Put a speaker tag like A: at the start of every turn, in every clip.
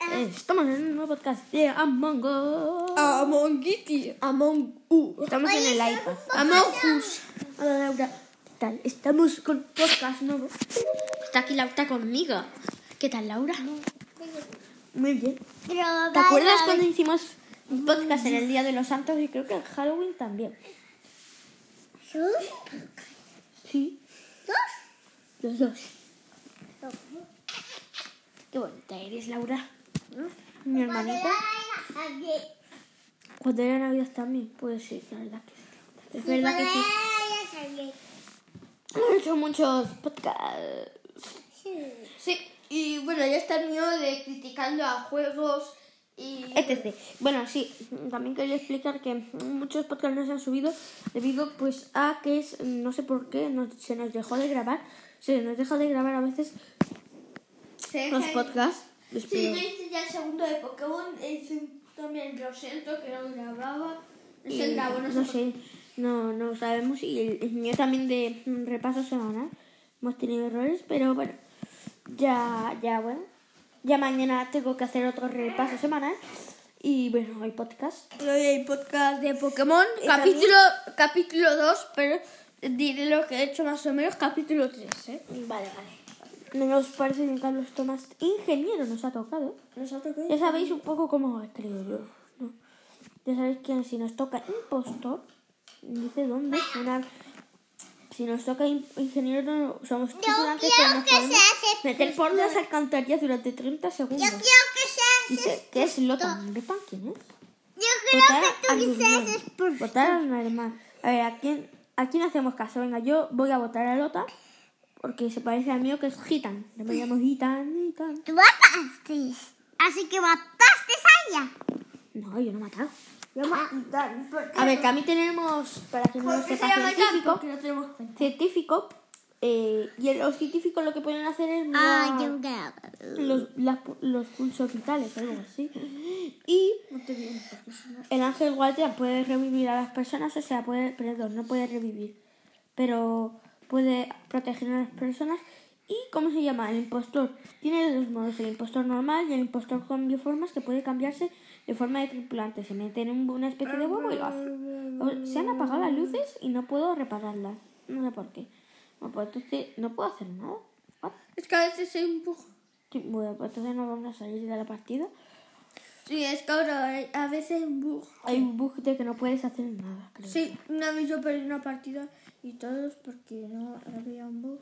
A: Entonces, estamos en un nuevo podcast de Among Us.
B: Ah, Among Kitty. Among U.
A: Estamos en el iPad.
B: Among Us.
A: Hola Laura, ¿qué tal? Estamos con podcast nuevo. Está aquí Laura conmigo. ¿Qué tal Laura? Muy bien. ¿Te acuerdas cuando hicimos
B: Mm.
A: un podcast en el Día de los Santos y creo que en Halloween también? Sí, los dos. Qué bonita eres Laura. Mi hermanita. Cuando era Navidad también, pues sí, la verdad que sí. Es verdad que sí. Hemos hecho muchos podcasts.
B: Sí. Y bueno, ya está el mío de criticando a juegos y...
A: etc. Bueno, sí, también quería explicar que muchos podcasts no se han subido debido pues a que es, no sé por qué no- se nos dejó de grabar, se nos deja de grabar a veces
B: se
A: los
B: deja-
A: podcasts. Los
B: Sí,
A: pero-
B: yo hice ya el segundo de Pokémon. Hice un- también Roselto, que no grababa.
A: y
B: Roselta, bueno,
A: no sé, no, no sabemos y el, el mío también de mm, repaso semanal. Hemos tenido errores, pero bueno, ya, ya bueno, ya mañana tengo que hacer otro repaso semanal y bueno, hay podcast.
B: Hoy hay podcast de Pokémon,
A: Y
B: capítulo, capítulo 2, pero diré lo que he hecho más o menos, capítulo 3, ¿eh?
A: Vale, vale. Nos parece bien Carlos Tomás, ingeniero, nos ha tocado.
B: ¿Nosotros qué?
A: Ya sabéis un poco cómo escribo yo. ¿no? Ya sabéis que si nos toca impostor, dice dónde es una... Si nos toca in- ingeniero, no- somos tripulantes, pero nos podemos meter por las alcantarillas durante 30 segundos. Dice que es Lotan. ¿Lotan quién es? Votar al Guzmán. Votar al Normal. A ver, ¿a quién, ¿a quién hacemos caso? Venga, yo voy a votar a Lota porque se parece al mío que es Gitan. Le llamamos Gitan, Gitan.
C: Tú mataste. Así que mataste a ella.
A: No, yo no he matado.
B: Yo matar.
A: A ver, también tenemos, para que no lo sepa, científico.
B: Porque no tenemos cuenta.
A: científico eh, y el- los científicos lo que pueden hacer es
B: Ah,
C: Ah,
A: mirar los, las pu- los pulsos vitales, algo así. Y
B: No te digo porque si no-
A: el ángel guardián puede revivir a las personas, o sea, puede, perdón, no puede revivir, pero puede proteger a las personas. ¿Y cómo se llama? El impostor. Tiene dos modos, el impostor normal y el impostor con bioformas que puede cambiarse de forma de tripulante. Se mete en un- una especie de huevo y lo hace. O- Se han apagado las luces y no puedo repararlas. No sé por qué. No puedo, entonces no puedo hacer nada. What?
B: Es que a veces se empuja.
A: Sí, Bueno, pues entonces no vamos a salir de la partida.
B: Sí, es que ahora a veces empuja.
A: Hay un bug de que no puedes hacer nada, creo.
B: Sí, una vez yo perdí una partida y todos porque no había un bug.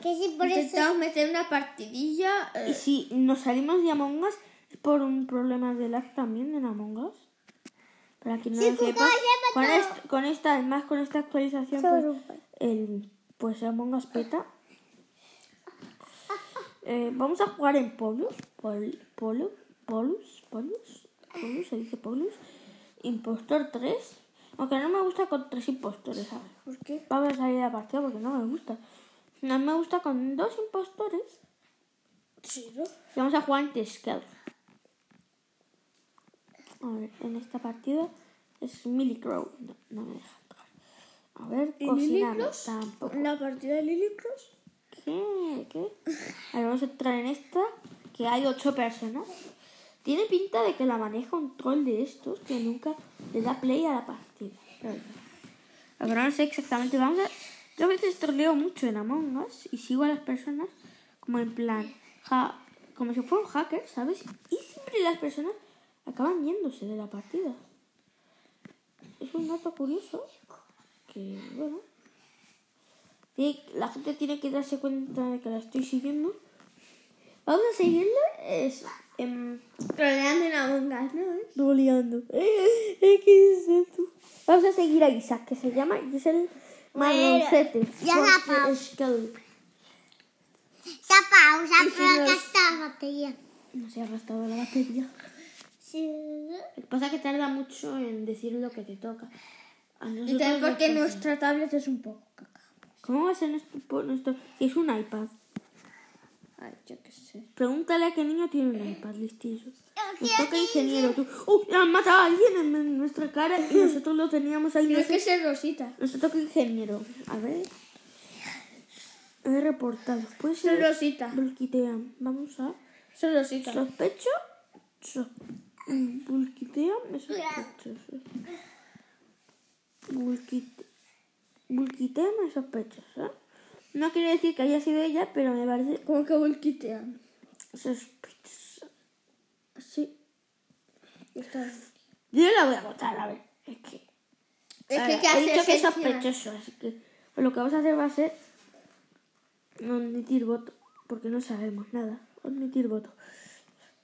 C: que sí, por eso.
B: Intentamos meter una partidilla. eh,
A: Y si nos salimos de Among Us es por un problema de lag también en Among Us. Para quien no lo
C: porque
A: sepa,
C: ya
A: con,
C: mató.
A: est- con esta, además con esta actualización,
C: Solo.
A: pues, el, pues Among Us peta. Eh, vamos a jugar en Polus. Pol, polo, polus, Polus, Polus, se dice Polus. Impostor 3. Aunque no me gusta con tres impostores, ¿sabes?
B: ¿Por qué?
A: Vamos a salir de la partida porque no me gusta. No me gusta con dos impostores.
B: Sí, ¿no?
A: Y Vamos a jugar en Tescal. A ver, en esta partida es Millie Crow. No, no me deja entrar. A ver,
B: ¿Y Lily
A: cocinamos
B: Cross?
A: tampoco.
B: ¿La partida de Lily Cross?
A: ¿Qué? ¿Qué? A ver, vamos a entrar en esta, que hay ocho personas. Tiene pinta de que la maneja un troll de estos que nunca le da play a la partida. Pero bueno. La verdad no sé exactamente. Vamos a... Yo a veces troleo mucho en Among Us y sigo a las personas como en plan, ja- como si fuera un hacker, ¿sabes? Y siempre las personas acaban yéndose de la partida. Es un dato curioso que, bueno, tiene- la gente tiene que darse cuenta de que la estoy siguiendo. Vamos a seguirla es, em,
B: Troleando en Among Us, ¿no?
A: boleando. ¿Qué es esto? Vamos a seguir a Isaac, que se llama y es el marroncete.
C: ya
A: porque
C: la pau.
A: es que-
C: Esa pausa, pero acá está la batería.
A: No se ha gastado la batería.
C: Sí.
A: Lo que pasa es que tarda mucho en decir lo que te toca. A nosotros
B: Y también
A: nos
B: porque
A: pasa.
B: nuestra tablet es un poco caca.
A: ¿Cómo va a ser nuestro, po- nuestro- si es un iPad?
B: Ay, yo qué sé.
A: Pregúntale a qué niño tiene un iPad, listillo. Nos
C: quiero
A: toca ingeniero. Tú, ¡Uh! Le han matado a alguien en, en nuestra cara y nosotros lo teníamos ahí. no
B: Tiene
A: sé.
B: que ser Rosita.
A: Nos toca ingeniero. A ver. He reportado. Puede
B: Soy
A: ser.
B: Rosita.
A: Lo quitean. Vamos a.
B: Soy Rosita.
A: Sospecho sospechoso. Bulquiteo me sospechoso. Bulquite- Bulquiteo me sospechoso. No quiere decir que haya sido ella, pero me parece
B: ¿Cómo que volquitean?
A: Pues sospechoso.
B: Sí. Está-
A: Yo la voy a votar, a ver. Es que.
B: Es
A: a
B: que
A: ver,
B: ¿qué
A: he
B: hace
A: dicho que es
B: Sergio?
A: sospechoso, así que lo que vamos a hacer va a ser admitir voto, porque no sabemos nada. Admitir voto.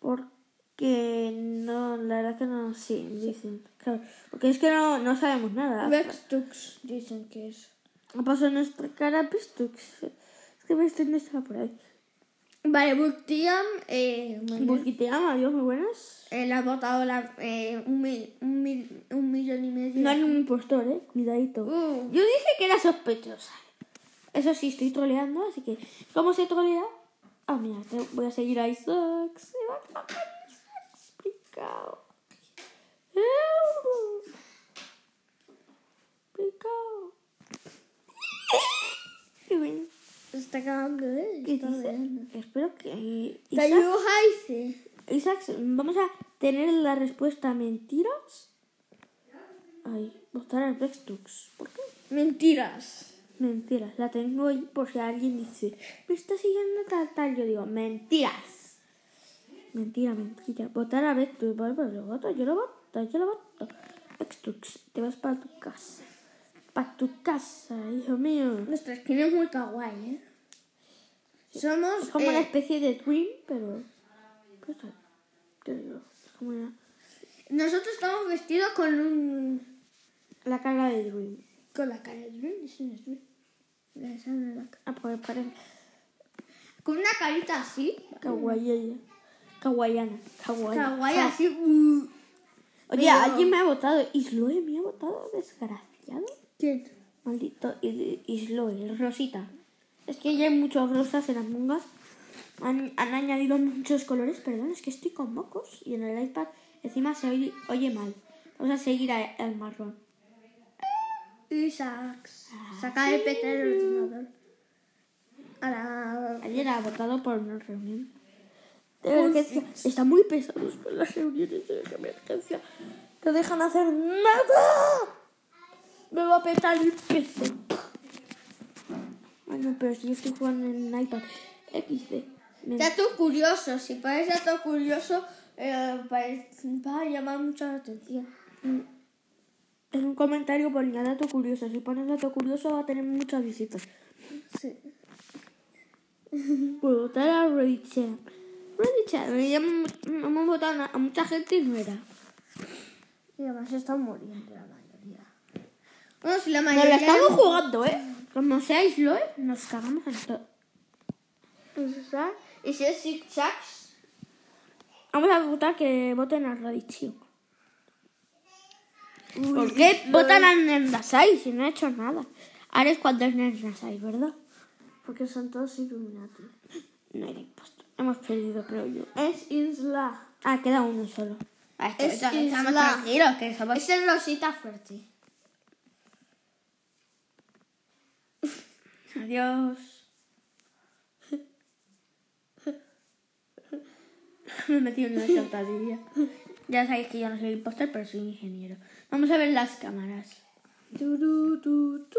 A: Porque no, la verdad que no, sí, dicen. Claro, porque es que no, no sabemos nada.
B: Vextux dicen que es.
A: Ha pasado nuestra cara Pistux. Es que Pistux no estaba por ahí.
B: Vale, Bultiam, eh, bueno,
A: Bulquiteama, adiós, muy buenas.
B: él ha votado la, eh, un, mil, un, mil- un millón y medio.
A: No hay un impostor, eh, cuidadito.
B: Uh,
A: Yo dije que era sospechosa. Eso sí, estoy troleando, así que. ¿Cómo se trolea? Ah, mira, te voy a seguir a Isaac. Se va a acabar Isaac explicado. Explicado. Qué bueno.
B: se está acabando de
A: ¿Qué dice? Espero que. Isaac,
B: Tayu Haise.
A: Isaac, vamos a tener la respuesta mentiras. Ay, votar al Brextux. ¿Por qué?
B: Mentiras.
A: Mentiras, la tengo ahí por si alguien dice, me está siguiendo tal tal. Yo digo, mentiras. Mentira, mentira. Votar a Vectux, vale, pero lo voto, yo lo voto, yo lo voto. Vectux, te vas para tu casa. Para tu casa, hijo mío.
B: Nuestra esquina es muy kawaii, ¿eh? Somos
A: Es como una
B: eh,
A: especie de twin, pero... pues, yo digo, es como una-
B: Nosotros estamos vestidos con un...
A: La cara de twin.
B: Con la cara de Dream, eso no es Dream. La- esa no es la cara.
A: Ah, pues parece
B: Con una carita así.
A: kawaiana. Kawaiana. Kawaiana.
B: Kawaii así. uh.
A: Ah, Oye,
B: Pero-
A: alguien me ha votado. Isloe me ha votado, desgraciado.
B: ¿Quién?
A: Maldito I- Isloe, Rosita. Es que ya hay muchas rosas en Among Us. Han, han añadido muchos colores, perdón, es que estoy con mocos y en el iPad encima se oye, oye mal. Vamos a seguir a- al marrón.
B: Isaac.
A: Ah,
B: Sacar el PC del ordenador. Ahora...
A: Ayer ha votado por una reunión. De emergencia. Está muy pesados con las reuniones de emergencia. No dejan hacer nada. Me va a petar el PC. Bueno, pero si yo estoy jugando en iPad XD. Me-
B: Dato curioso. Si pones dato curioso, eh, pare- va a llamar mucho la atención.
A: En un comentario ponía dato curioso. Si pones dato curioso va a tener muchas visitas.
B: Sí.
A: Por votar a Richard. Richard, ya hemos hemos votado a- a mucha gente y no era.
B: Y además se están muriendo la mayoría. Bueno, si la
A: Nos la
B: mayoría...
A: estamos jugando, ¿eh? Como seáis lo, ¿eh? Nos cagamos en todo.
B: jugando. Pues, Y si es zigzags,
A: Vamos a votar que voten a Radichio. ¿Por qué votan a Nernasai si no ha hecho nada? Ahora es cuando es Nernasai, ¿verdad?
B: Porque son todos Illuminati.
A: No era impuesto. Hemos perdido, creo yo.
B: Es Isla.
A: Ah, queda uno solo.
B: Es
A: esto-
B: Isla.
A: estamos tranquilos, que somos-
B: Es el Rosita Fuerte.
A: Adiós. Me he metido en una chantadilla. Ya sabéis que yo no soy impostor, pero soy ingeniero. Vamos a ver las cámaras.
B: Turu, tu, tu,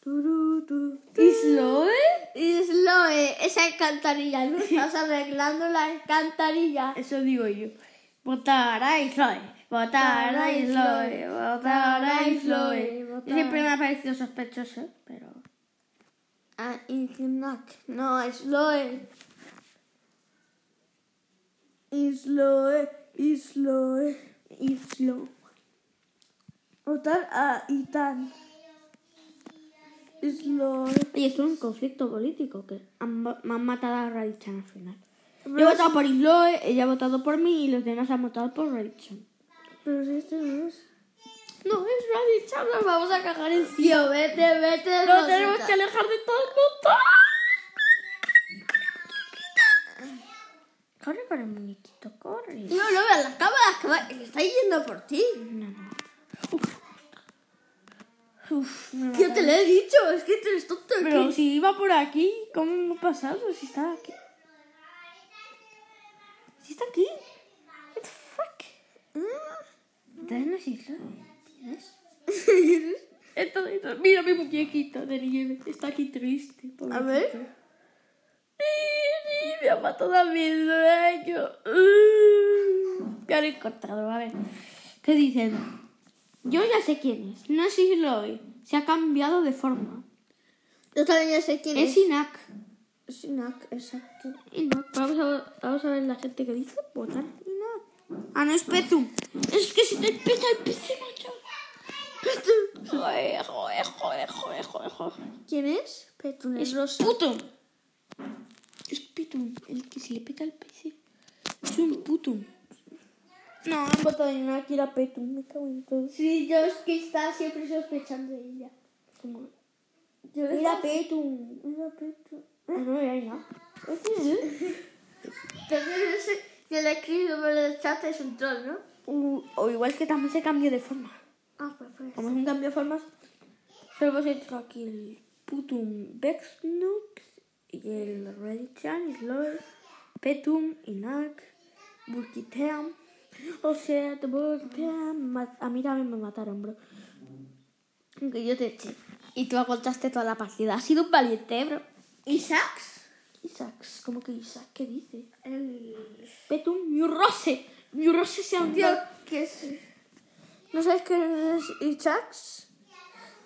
B: turu, tu, tu.
A: ¿Isloe?
B: Isloe, esa eh, alcantarilla, no estás arreglando la alcantarilla.
A: Eso digo yo. Votar a Isloe. Votar a Isloe. Votar a Isloe.
B: Votar.
A: Siempre me ha parecido sospechoso, pero...
B: Ah, Inknak, no, eh. Isloe. Isloe, Isloe.
A: Islo.
B: Votar a Itan. Isloe.
A: Oye, esto es un conflicto político que han, va- me han matado a Radichan al final. Yo he votado por Isloe, ella ha votado por mí y los demás han votado por Radichan.
B: Pero si este no es.
A: No, es Radichan, nos vamos a cagar en
B: Tío, vete, vete.
A: No
B: Rosita.
A: tenemos que alejar de todo el mundo. Corre con el muñequito, corre.
B: No, no veas las cámaras que, va- que está yendo por ti.
A: No, no. Uf, me
B: Yo te lo he dicho, es que te estoy
A: Pero si iba por aquí, ¿cómo me ha pasado? Si está aquí. Si está aquí. Ah,
D: Entonces no es Isla.
A: Entonces, mira mi muñequito de nieve. Está aquí triste. pobrecito.
B: ver.
A: Sí, sí, me ha matado a mi sueño. Uh, Ya lo he encontrado, a ver. ¿Qué dicen? Yo ya sé quién es. No es Isloy. Se ha cambiado de forma.
B: Yo también ya sé quién
A: Es
B: es.
A: Inak.
B: Es Inak, exacto.
A: Inak. Vamos a, vamos a ver la gente que dice. Votar Inak. Ah, no es Petum. Es que si te peta el PC, macho. Petum. Joder, joder, joder, joder, joder, joder.
B: ¿Quién es? Petun
A: Es Putum. Es Pitum, el que se le peta al PC. Es un Putum.
B: No, han votado en Inak y era Petun. Me cago en todo. Sí, yo es que estaba siempre sospechando de ella. Yo era Petun. Era Petun.
A: Ah, no, era Inak.
B: También ese que le he escrito por el chat es un troll, ¿no?
A: U- o igual que también se cambió de forma.
B: Ah, pues pues.
A: Como es un cambio de formas, solo hemos hecho aquí el Putum Bexnux y el Redichan, Sloy, Petum, Inak, Burkiteam. O sea, te Burkiteam. ma- A mí también me mataron, bro. Aunque yo te eché. Y tú aguantaste toda la partida. Has sido un valiente, bro.
B: ¿Isaacs?
A: Isaac, ¿cómo que Isaac? ¿Qué dice?
B: El...
A: Petum, Miurrose. Miurrose se ha
B: Tío,
A: hundido.
B: ¿qué es? ¿No sabes qué es Isaacs?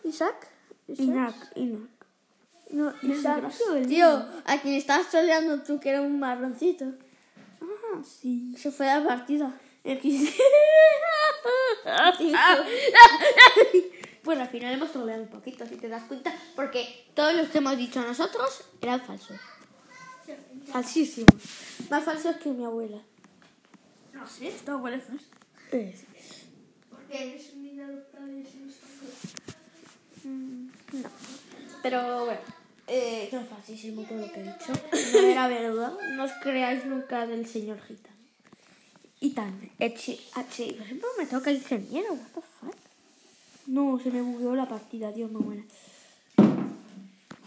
B: ¿Isaac?
A: Inak, Inak.
B: No,
A: Isaacs.
B: Tío, a quien estabas troleando tú, que era un marroncito.
A: Ah, sí.
B: Se fue la partida.
A: bueno, Pues al final hemos troleado un poquito, si te das cuenta, porque todos los que hemos dicho nosotros eran falsos. Falsísimos. Más falsos que mi abuela.
B: No sé, tu abuelo es
A: Es.
B: Porque eres un inadoptado y es un
A: Pero bueno, eh, no es falsísimo todo lo que he dicho. No era verdad. No os creáis nunca del señor gitano. Y tan, H, H, por ejemplo, me toca ingeniero, what the fuck. No, se me bugueó la partida, Dios me buena.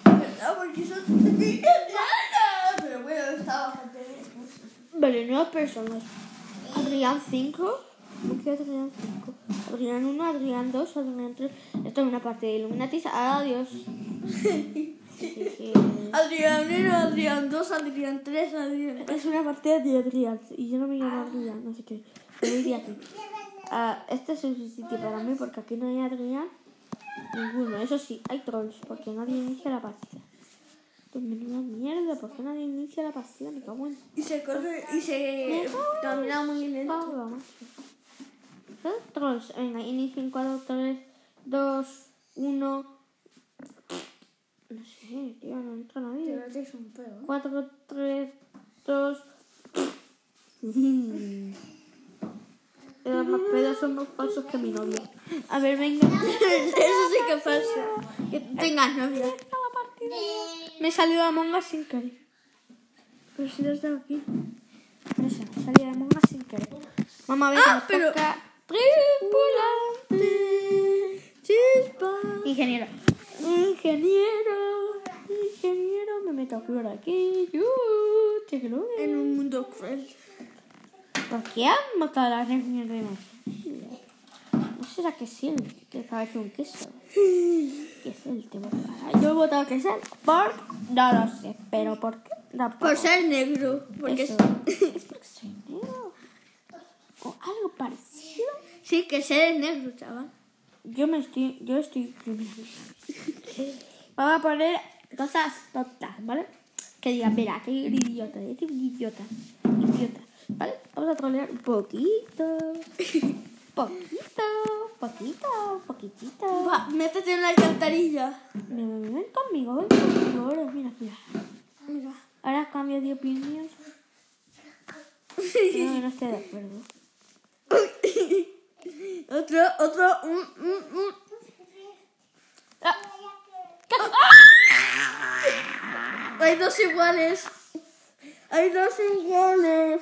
B: ¿Verdad? Porque son pequeñas ranas. Pero bueno, estaba bastante bien.
A: Vale, nuevas personas. Adrián 5. ¿Por qué Adrián 5? Adrián 1, Adrián 2, Adrián 3. Esto es una parte de Illuminatis. Adiós.
B: Adrián 1, Adrián 2, Adrián 3, Adrián...
A: es una partida de Adrián. Y yo no me llamo Adrián, no sé qué. Pero diría que. ah, este es un sitio para mí porque aquí no hay Adrián. Ninguno. Eso sí, hay trolls porque nadie inicia la partida. Pues menuda mierda, ¿por qué nadie inicia la partida? Me cago en
B: Y se corre, y se camina muy lento.
A: Pau, vamos. Son Trolls, venga, inicio en 4, 3, 2, 1. No sé, tío, no entra nadie.
B: es un peo.
A: 4, 3, 2. Pero más pedos son más falsos que mi novia. A ver, venga.
B: Eso sí que pasa.
A: Que tengas novia. Me salió Among Us sin querer. Pero si lo has dado aquí. No sé, me salió Among Us sin querer. Mamá, venga,
B: Ah,
A: nos
B: pero-
A: toca tripulante.
B: Chispa.
A: Ingeniero. Ingeniero. Ingeniero. Me meto por aquí. Yuh, chéquelo.
B: En un mundo cruel.
A: ¿Por qué han matado a las niñas de Messi? ¿No será que sí? Que parece un queso. Queso el tema. Yo he votado que sea por... No lo sé, pero ¿por qué? Tampoco.
B: Por ser negro. Porque
A: Eso. Es porque soy negro. O algo parecido.
B: sí, que ser es negro, chaval.
A: Yo me estoy... Yo estoy... Vamos a poner cosas tontas, ¿vale? Que digan, mira, que idiota, este es un idiota. Idiota, ¿vale? Vamos a trolear un poquito. Poquito, poquito, poquitito.
B: Va, métete en la alcantarilla.
A: Mira, mira, ven conmigo, ven conmigo ahora, mira, mira.
B: Mira.
A: Ahora cambio de opinión. No, no estoy de acuerdo.
B: Otro, otro. mm, mm, mm. Ah. Hay dos iguales. Hay dos iguales.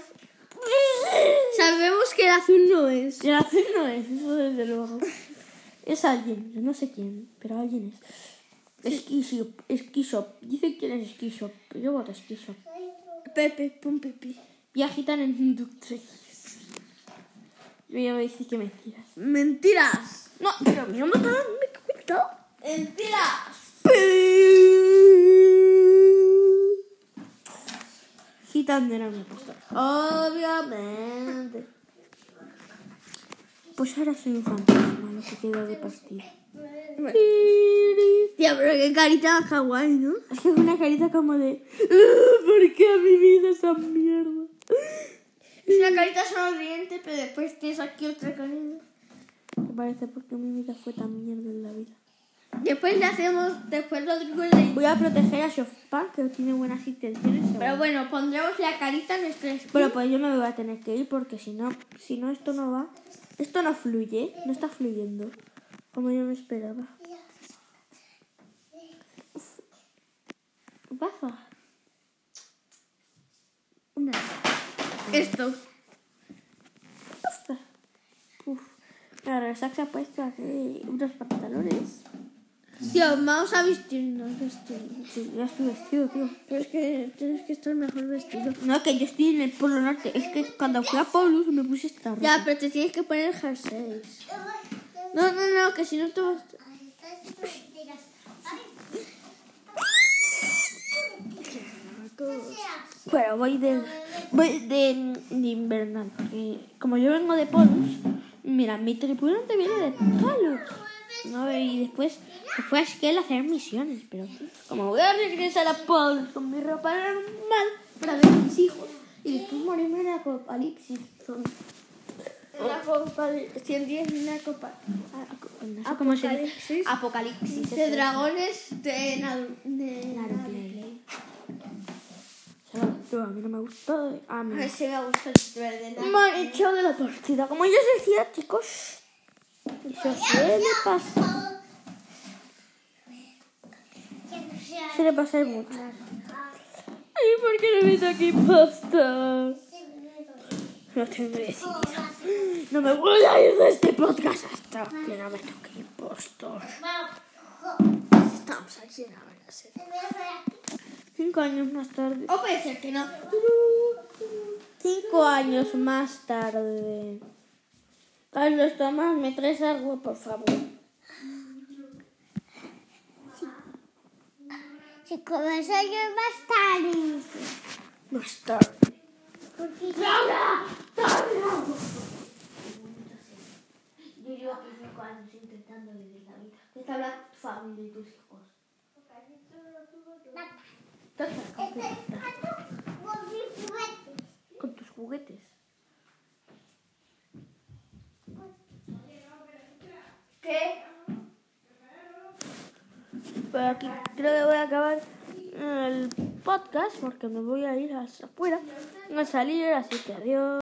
B: Sabemos que el azul no es.
A: Y así no es, eso desde luego. Es alguien, yo no sé quién, pero alguien es. Esquisop, esquisop. Dicen que eres esquisop, pero yo voto esquisop.
B: Pepe, pum, Pepe.
A: Viajitan en inductriz. Yo ya voy a decir que mentiras.
B: Mentiras.
A: No, pero a mí no me pagan, me cuento.
B: Mentiras.
A: Gitan de una postura.
B: Obviamente.
A: Pues ahora soy un fantasma, lo que queda de partido.
B: Tía, pero qué carita más kawaii, ¿no?
A: Es que es una carita como de. "Ugh, ¿Por qué a mi vida esa mierda?
B: Es una carita sonriente, pero después tienes aquí otra carita.
A: Me parece porque mi vida fue tan mierda en la vida.
B: Después le hacemos, después Rodrigo le...
A: Voy a proteger a Shofpan, que tiene buenas intenciones. seguro.
B: Pero bueno, pondremos la carita en nuestra
A: Bueno, pues yo me voy a tener que ir porque si no, si no esto no va, esto no fluye, no está fluyendo como yo me esperaba. Uf. ¿Qué pasa? Una. ¿Qué
B: Esto.
A: pasa? Uf. Ahora el sax se ha puesto aquí unos pantalones.
B: Tío, vamos a vestirnos, vestirnos.
A: Sí, ya estoy vestido, tío.
B: Pero es que tienes que estar mejor vestido.
A: No, que yo estoy en el Polo Norte. Es que cuando fui a Paulus me puse esta ropa.
B: Ya, pero te tienes que poner jerseys. No, no, no, que si no te vas...
A: Bueno, voy de, voy de, de invernal, porque como yo vengo de Polus, mira, mi tripulante viene de Polus. ¿no? Y después se fue a Esquel a hacer misiones, pero como voy a regresar a Polus con mi ropa normal para ver a mis hijos y después morirme en el apocalipsis.
B: Una copa de 110 y una copa
A: Ah, no sé cómo se dice. Apocalipsis.
B: de dragones de, Nadu- de
A: Play. Se va, pero a mí no me gustó. A mí
B: A ver si me gusta el verde. ¿no?
A: Me han echado de la partida. Como yo os decía, chicos, eso suele pasar. Suele pasar mucho. ¿Y por qué no meto aquí pasta? No tengo decidido. No me voy a ir de este podcast hasta que no me toque impostor.
B: Estamos aquí en la verdad. sí.
A: Cinco años más tarde.
B: O puede ser que no.
A: Cinco años más tarde. Carlos Tomás, me traes algo, por favor.
C: Si comes años más tarde.
A: Más tarde.
C: Porque ¡Laura!
D: Yo llevo aquí cinco años intentando vivir la vida. ¿Qué te habla tu familia y tus hijos?
A: Con tus juguetes.
D: ¿Qué?
A: Por aquí creo que voy a acabar el podcast porque me voy a ir hacia afuera a salir, así que adiós.